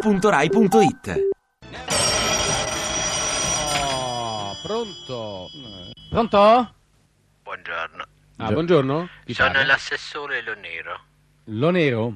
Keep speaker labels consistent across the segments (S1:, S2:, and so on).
S1: radio2pod.rai.it
S2: Oh, pronto?
S3: Pronto?
S4: Buongiorno,
S2: Ah, buongiorno? Chi
S4: sono
S2: parla?
S4: l'assessore Lonero.
S2: Lo Nero?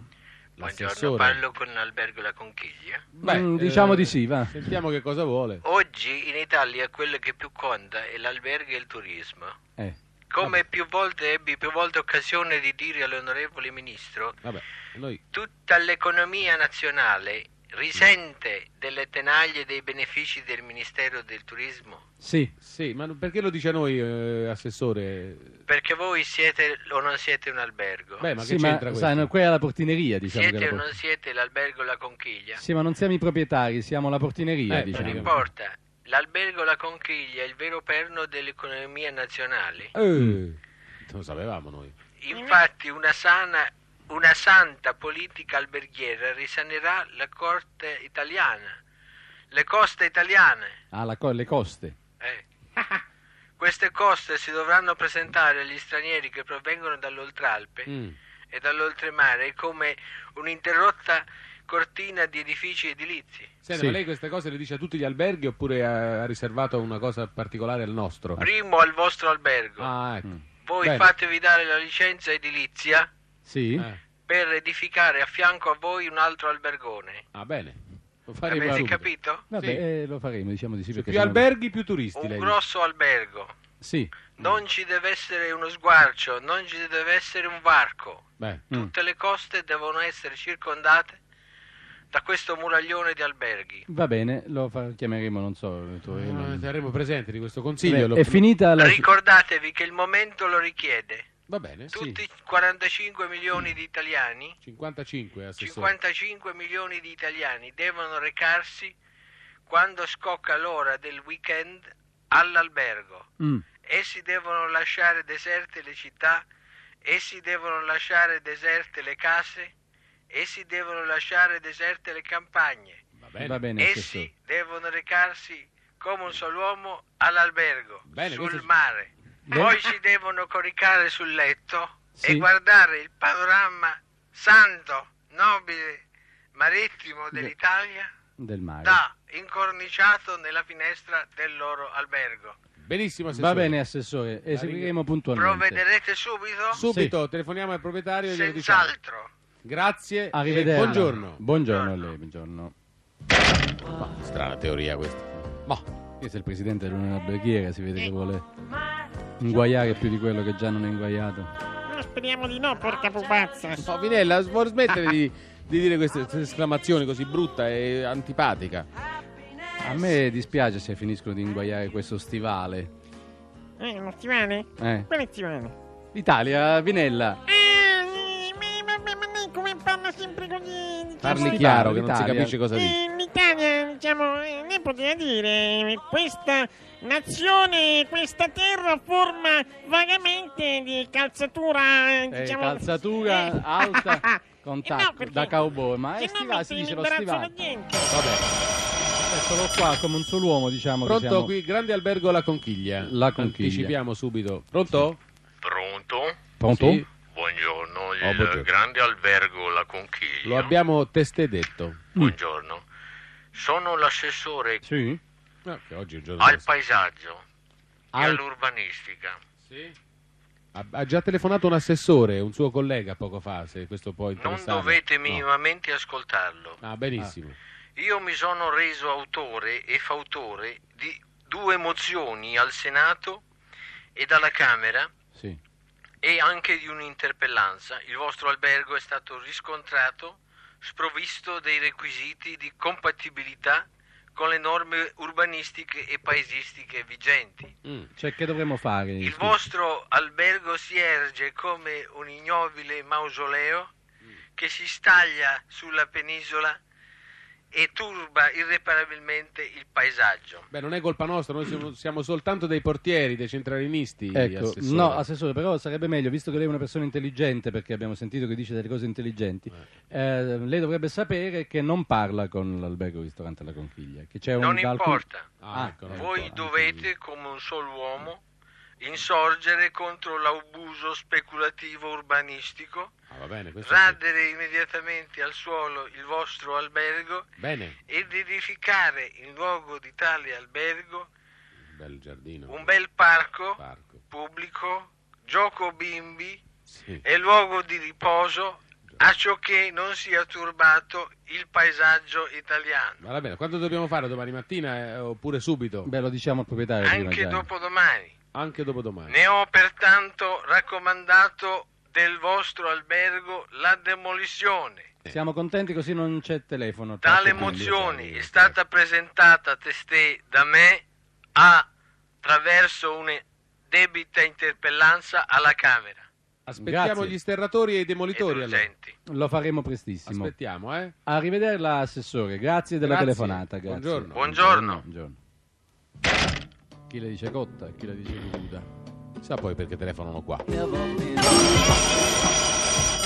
S4: Buongiorno, parlo con Albergo La Conchiglia.
S2: Beh,
S3: Mm,
S2: eh,
S3: diciamo di sì, va.
S2: Sentiamo che cosa vuole.
S4: Oggi in Italia quello che più conta è l'albergo e il turismo.
S2: Eh,
S4: Come più volte ebbi più volte occasione di dire all'onorevole ministro,
S2: vabbè, noi...
S4: tutta l'economia nazionale risente delle tenaglie dei benefici del Ministero del Turismo?
S3: Sì.
S2: Sì, ma non- perché lo dice a noi, eh, assessore?
S4: Perché voi siete o non siete un albergo?
S2: Beh, ma
S3: sì,
S2: che
S3: ma
S2: c'entra questo?
S3: sai, no, quella è la portineria, diciamo. che
S4: siete
S3: è
S4: o
S3: la
S4: non
S3: por-
S4: siete l'albergo La Conchiglia?
S3: Sì, ma non siamo i proprietari, siamo la portineria,
S2: Eh,
S4: Non
S2: praticamente.
S3: diciamo.
S4: importa, l'albergo La Conchiglia è il vero perno dell'economia nazionale.
S2: Eh, non lo sapevamo noi.
S4: Infatti una sana una santa politica alberghiera risanerà la corte italiana, le coste italiane.
S3: Ah, la co- le coste.
S4: eh. Queste coste si dovranno presentare agli stranieri che provengono dall'Oltralpe
S2: Mm.
S4: e dall'oltremare come un'interrotta cortina di edifici edilizi.
S2: Senta,
S3: Sì.
S2: ma lei queste cose le dice a tutti gli alberghi oppure ha, ha riservato una cosa particolare al nostro?
S4: Primo al vostro albergo.
S2: Ah, ecco.
S3: Mm.
S4: Voi
S2: Bene.
S4: fatevi dare la licenza edilizia
S3: Sì?
S2: Eh.
S4: per edificare a fianco a voi un altro albergone.
S2: Ah, bene. Lo faremo
S4: Avete
S2: subito.
S4: capito?
S3: Vabbè,
S2: Sì.
S3: eh, lo faremo, diciamo di sì.
S2: Cioè,
S3: perché
S2: più
S3: sennò-
S2: alberghi, più turisti,
S4: Un
S2: lei.
S4: grosso albergo.
S3: Sì.
S4: Non ci deve essere uno sguarcio, non ci deve essere un varco.
S2: Beh,
S3: Mm.
S4: Tutte le coste devono essere circondate da questo muraglione di alberghi.
S3: Va bene, lo fa- chiameremo, non so, troveremo-
S2: eh, saremo presenti di questo consiglio.
S3: Beh,
S2: lo-
S3: È finita la...
S4: Ricordatevi che il momento lo richiede.
S2: Va bene, Eh, sì.
S4: Tutti i 45 milioni di italiani,
S2: 55, assessore.
S4: 55 milioni di italiani devono recarsi quando scocca l'ora del weekend all'albergo.
S3: Mm.
S4: Essi devono lasciare deserte le città, essi devono lasciare deserte le case, essi devono lasciare deserte le campagne,
S2: Va bene.
S3: Va bene,
S4: essi
S3: assessore.
S4: devono recarsi come un solo uomo all'albergo,
S2: Bene,
S4: sul
S2: questo-
S4: mare. Poi si devono coricare sul letto
S3: Sì.
S4: e guardare il panorama santo, nobile, marittimo dell'Italia
S3: del mare.
S4: da incorniciato nella finestra del loro albergo.
S2: Benissimo, assessore.
S3: Va bene, assessore, eseguiremo puntualmente.
S4: Provvederete subito?
S2: Subito telefoniamo al proprietario e glielo diciamo.
S4: Senz'altro.
S2: Grazie.
S3: Arrivederci.
S2: e Buongiorno.
S3: Buongiorno a lei, buongiorno.
S2: Ma, strana teoria questa. Ma,
S3: Questo è Boh, il presidente dell'Unione Alberghiera, si vede che
S4: Ecco.
S3: vuole inguaiare più di quello che già non è inguaiato.
S5: No, speriamo di no, porca
S2: Eh,
S5: pupazza.
S2: Sovinella, vuoi smettere di, di dire queste queste esclamazioni così brutta e antipatica?
S3: A me dispiace se finiscono di inguaiare questo stivale.
S5: Eh, uno stivale?
S3: Eh.
S5: Quale stivale?
S3: L'Italia, Vinella,
S5: Ah, sì, ma vabbè, ma lei come parla sempre così? Diciamo,
S2: Parli
S3: Stivale,
S2: chiaro che non si
S3: l'Italia.
S2: capisce cosa dici.
S5: eh, L'Italia, diciamo, eh, lei poteva dire, eh, questa nazione, questa terra forma vagamente di calzatura, eh,
S3: eh,
S5: diciamo... eh.
S3: calzatura alta con
S5: Eh no,
S3: tacco
S5: perché-
S3: da cowboy, ma è
S5: se no
S3: stivale, si
S5: metti
S3: dice
S5: in
S3: lo
S5: imbarazzo la
S3: stivale.
S5: gente.
S2: Vabbè.
S3: È solo Eh, qua come un solo uomo, diciamo
S2: Pronto
S3: che siamo...
S2: qui, grande albergo La Conchiglia.
S3: La Conchiglia.
S2: Anticipiamo subito. Pronto?
S4: Pronto?
S3: Pronto?
S2: Sì,
S4: Buongiorno, il
S2: Oh, buongiorno.
S4: grande albergo La Conchiglia.
S2: lo Mm. abbiamo testé detto.
S4: Buongiorno. Sono l'assessore
S3: Sì?
S2: Ah, che oggi è un giorno...
S4: al paesaggio e
S2: Al-
S4: all'urbanistica.
S2: Sì. Ha, ha già telefonato un assessore, un suo collega poco fa, se questo può
S4: Non
S2: interessare.
S4: dovete
S2: No.
S4: minimamente ascoltarlo.
S2: Ah, benissimo.
S4: Io mi sono reso autore e fautore di due mozioni al Senato e alla Camera
S3: Sì.
S4: e anche di un'interpellanza. Il vostro albergo è stato riscontrato sprovvisto dei requisiti di compatibilità con le norme urbanistiche e paesistiche vigenti.
S2: Mm.
S3: Cioè, che dovremmo fare?
S4: Il
S3: Scusi.
S4: vostro albergo si erge come un ignobile mausoleo che si staglia sulla penisola e turba irreparabilmente il paesaggio.
S2: Beh, non è colpa nostra, noi siamo, siamo soltanto dei portieri, dei centralinisti.
S3: Ecco,
S2: assessore.
S3: no, assessore, però sarebbe meglio, visto che lei è una persona intelligente, perché abbiamo sentito che dice delle cose intelligenti, eh, lei dovrebbe sapere che non parla con l'albergo ristorante La Conchiglia, che c'è un
S4: Non
S3: da alcun-
S4: importa.
S2: Ah, ecco, non
S4: Voi
S2: importa.
S4: dovete, come un solo uomo, insorgere contro l'abuso speculativo urbanistico,
S2: Ah, va bene, questo sì.
S4: radere immediatamente al suolo il vostro albergo
S2: Bene,
S4: ed edificare in luogo di tale albergo
S2: bel giardino.
S4: un bel parco
S2: parco.
S4: pubblico, gioco bimbi
S2: Sì.
S4: e luogo di riposo a ciò che non sia turbato il paesaggio italiano.
S2: Ma va bene, quando dobbiamo fare? Domani mattina eh, oppure subito?
S3: Beh, lo diciamo al proprietario prima,
S4: Anche
S3: Gianni.
S4: dopodomani.
S2: Anche dopodomani.
S4: Ne ho pertanto raccomandato del vostro albergo la demolizione.
S3: Siamo contenti così non c'è telefono.
S4: Tale
S3: Tanto, Ah, quindi-
S4: mozione è stata presentata a testé da me attraverso una debita interpellanza alla Camera.
S2: Aspettiamo
S3: Grazie.
S2: gli sterratori e i
S4: Ed
S2: demolitori allora.
S4: urgenti.
S3: Lo faremo prestissimo.
S2: Aspettiamo, eh?
S3: Arrivederla, assessore. Grazie della
S2: Grazie.
S3: telefonata. Grazie.
S2: Buongiorno.
S4: Buongiorno.
S3: Buongiorno. Chi le dice cotta, chi le dice cruda.
S2: Chissà poi perché telefonano qua.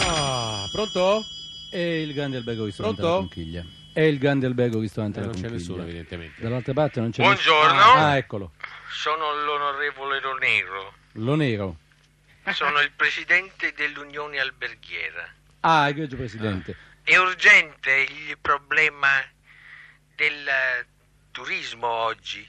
S2: Ah, pronto?
S3: E il grande albergo ristorante
S2: Pronto?
S3: alla conchiglia. E il grande albergo ristorante
S2: Eh,
S3: alla
S2: non c'è
S3: conchiglia.
S2: nessuno, evidentemente.
S3: Dall'altra parte non c'è
S4: Buongiorno.
S3: nessuno. Ah, eccolo.
S4: Sono l'onorevole Ronero.
S3: Lo nero.
S4: Sono il presidente dell'Unione Alberghiera.
S3: Ah, egregio presidente.
S2: Ah.
S4: È urgente il problema del eh, turismo oggi.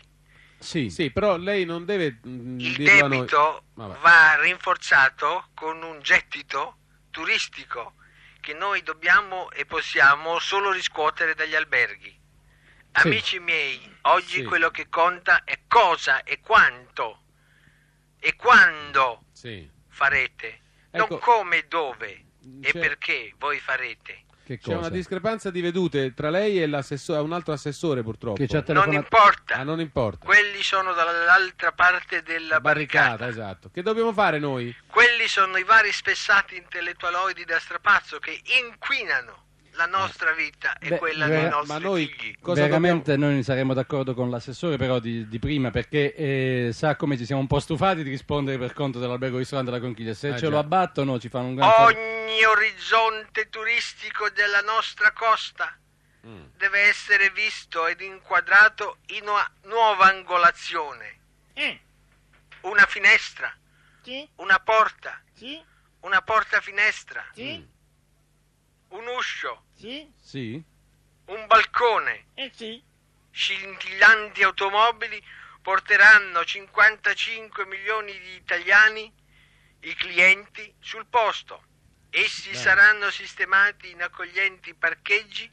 S3: Sì.
S2: Sì, però lei non deve mm,
S4: Il
S2: dirlo a noi.
S4: debito
S2: Vabbè.
S4: va rinforzato con un gettito turistico che noi dobbiamo e possiamo solo riscuotere dagli alberghi.
S3: Sì.
S4: Amici miei, oggi
S2: Sì.
S4: quello che conta è cosa e quanto e quando
S2: Sì.
S4: farete,
S2: Ecco.
S4: non come e dove e
S2: C'è-
S4: perché voi farete.
S3: Che
S2: C'è
S3: cosa?
S2: una discrepanza di vedute tra lei e l'assessore, un altro assessore purtroppo.
S3: Che ci ha
S4: Non
S3: telefonato.
S4: importa,
S2: Ah, non importa.
S4: quelli sono dall'altra parte della barricata.
S2: esatto. Che dobbiamo fare noi?
S4: Quelli sono i vari spessati intellettualoidi da strapazzo che inquinano la nostra vita e
S3: Beh,
S4: quella
S3: eh,
S4: dei
S2: ma
S4: nostri
S2: noi-
S4: figli.
S2: cosa
S3: Veramente noi saremmo d'accordo con l'assessore però di, di prima perché eh, sa come ci siamo un po' stufati di rispondere per conto dell'albergo ristorante della Conchiglia. Se
S2: Ah,
S3: ce
S2: già.
S3: lo abbattono ci fanno un gran favore.
S4: Ogni orizzonte turistico della nostra costa deve essere visto ed inquadrato in una nuova angolazione.
S5: Eh,
S4: Una finestra,
S5: sì,
S4: una porta,
S5: sì,
S4: una porta finestra,
S5: sì,
S4: un uscio,
S5: sì,
S3: Sì?
S4: un balcone.
S5: eh sì.
S4: scintillanti automobili porteranno 55 milioni di italiani, i clienti, sul posto. Essi
S2: Bene.
S4: saranno sistemati in accoglienti parcheggi,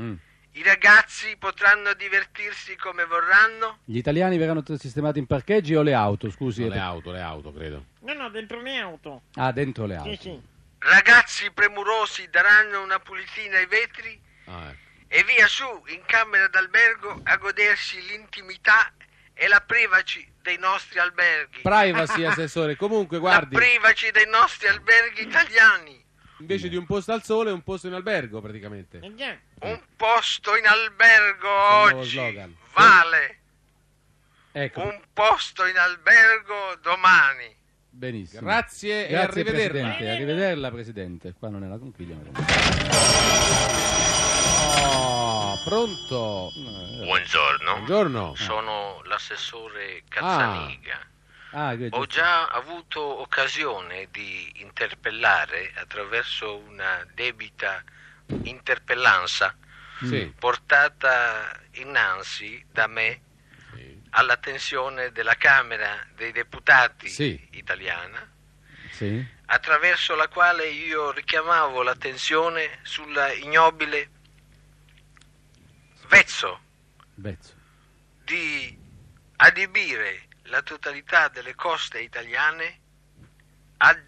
S3: Mm.
S4: i ragazzi potranno divertirsi come vorranno.
S3: Gli italiani verranno t- sistemati in parcheggi o le auto? Scusi.
S2: No,
S3: eh,
S2: le auto, le auto, credo.
S5: No, no, dentro le auto.
S3: Ah, dentro le auto.
S5: Sì, sì.
S4: Ragazzi premurosi daranno una pulitina ai vetri
S2: Ah, ecco.
S4: e via su in camera d'albergo a godersi l'intimità e la privaci dei nostri alberghi.
S2: Privacy, assessore. Comunque, guardi,
S4: La privaci dei nostri alberghi italiani.
S2: invece di un posto al sole, un posto in albergo, praticamente.
S5: Eh già.
S4: Un posto in albergo
S2: Questo è Mm. il nuovo
S4: oggi
S2: slogan.
S4: vale
S3: Ecco,
S4: un posto in albergo domani.
S2: Eh.
S3: benissimo.
S2: Grazie, e
S3: Grazie,
S2: arrivederla.
S3: Presidente. Arrivederla, Presidente. Qua non è la conchiglia. ma-
S2: Oh, pronto.
S4: Buongiorno,
S3: Eh.
S4: Eh.
S2: Buongiorno.
S4: sono l'assessore Cazzaniga.
S3: Ah, egregio.
S4: Ho già avuto occasione di interpellare attraverso una debita interpellanza
S3: Mm.
S2: Sì.
S4: portata innanzi da me
S2: Sì.
S4: all'attenzione della Camera dei Deputati
S2: Sì.
S4: italiana.
S3: Sì?
S4: attraverso la quale io richiamavo l'attenzione sulla ignobile vezzo
S3: Bezzo.
S4: di adibire la totalità delle coste italiane ad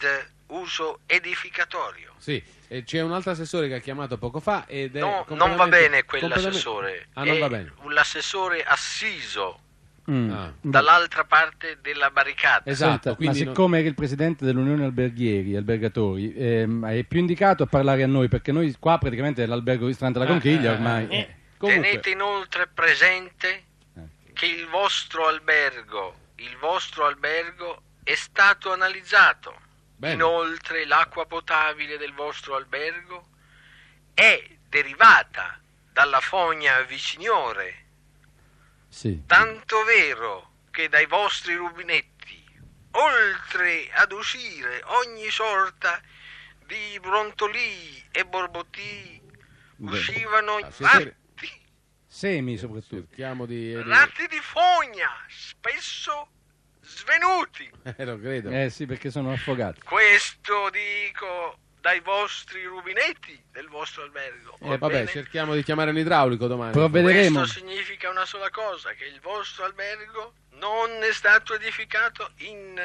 S4: uso edificatorio.
S2: Sì, e c'è un altro assessore che ha chiamato poco fa ed è
S4: No, non va
S2: completamente-
S4: bene
S2: completamente-
S4: quell'assessore, Eh,
S2: Ah, non
S4: è
S2: va bene.
S4: l'assessore assiso
S3: Mm.
S2: Ah.
S4: dall'altra parte della barricata.
S2: Esatto,
S3: Senta, ma
S2: quindi non-
S3: siccome eri il presidente dell'Unione Alberghieri, Albergatori, ehm, è più indicato a parlare a noi perché noi qua praticamente è l'albergo ristorante alla
S2: Ah,
S3: conchiglia
S2: ah,
S3: ormai.
S2: ah,
S3: eh.
S2: Comunque, Eh.
S4: Tenete inoltre presente che il vostro albergo, il vostro albergo è stato analizzato.
S2: bene.
S4: Inoltre l'acqua potabile del vostro albergo è derivata dalla fogna viciniore,
S3: Sì.
S4: tanto vero che dai vostri rubinetti oltre ad uscire ogni sorta di brontolii e borbottii,
S3: Beh,
S4: uscivano
S2: ah, sì,
S4: ratti,
S3: Semi soprattutto.
S2: Cerchiamo di...
S4: ratti di fogna, spesso svenuti.
S2: Eh, lo credo.
S3: Eh sì, perché sono affogati. Eh,
S4: Questo dico dai vostri rubinetti del vostro albergo.
S2: Eh,
S4: va
S2: vabbè,
S4: bene?
S2: cerchiamo di chiamare l'idraulico domani.
S3: Provvederemo.
S4: Questo significa una sola cosa, che il vostro albergo non è stato edificato in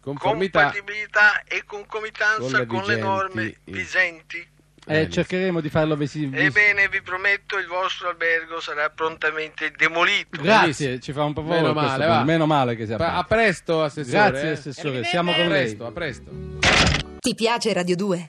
S2: Conformità.
S4: compatibilità e concomitanza
S2: Con le
S4: con le
S2: vigenti-
S4: norme vigenti.
S3: Eh, cercheremo di farlo visi- visi-
S4: Ebbene, vi prometto, il vostro albergo sarà prontamente demolito.
S3: Grazie, ci fa un po'
S2: Meno male, va.
S3: meno male che sia
S2: Pa- a
S3: aperto.
S2: presto, assessore.
S3: Grazie,
S2: eh.
S3: assessore, siamo con
S2: A
S3: lei.
S2: presto, a presto.
S1: Ti piace Radio 2?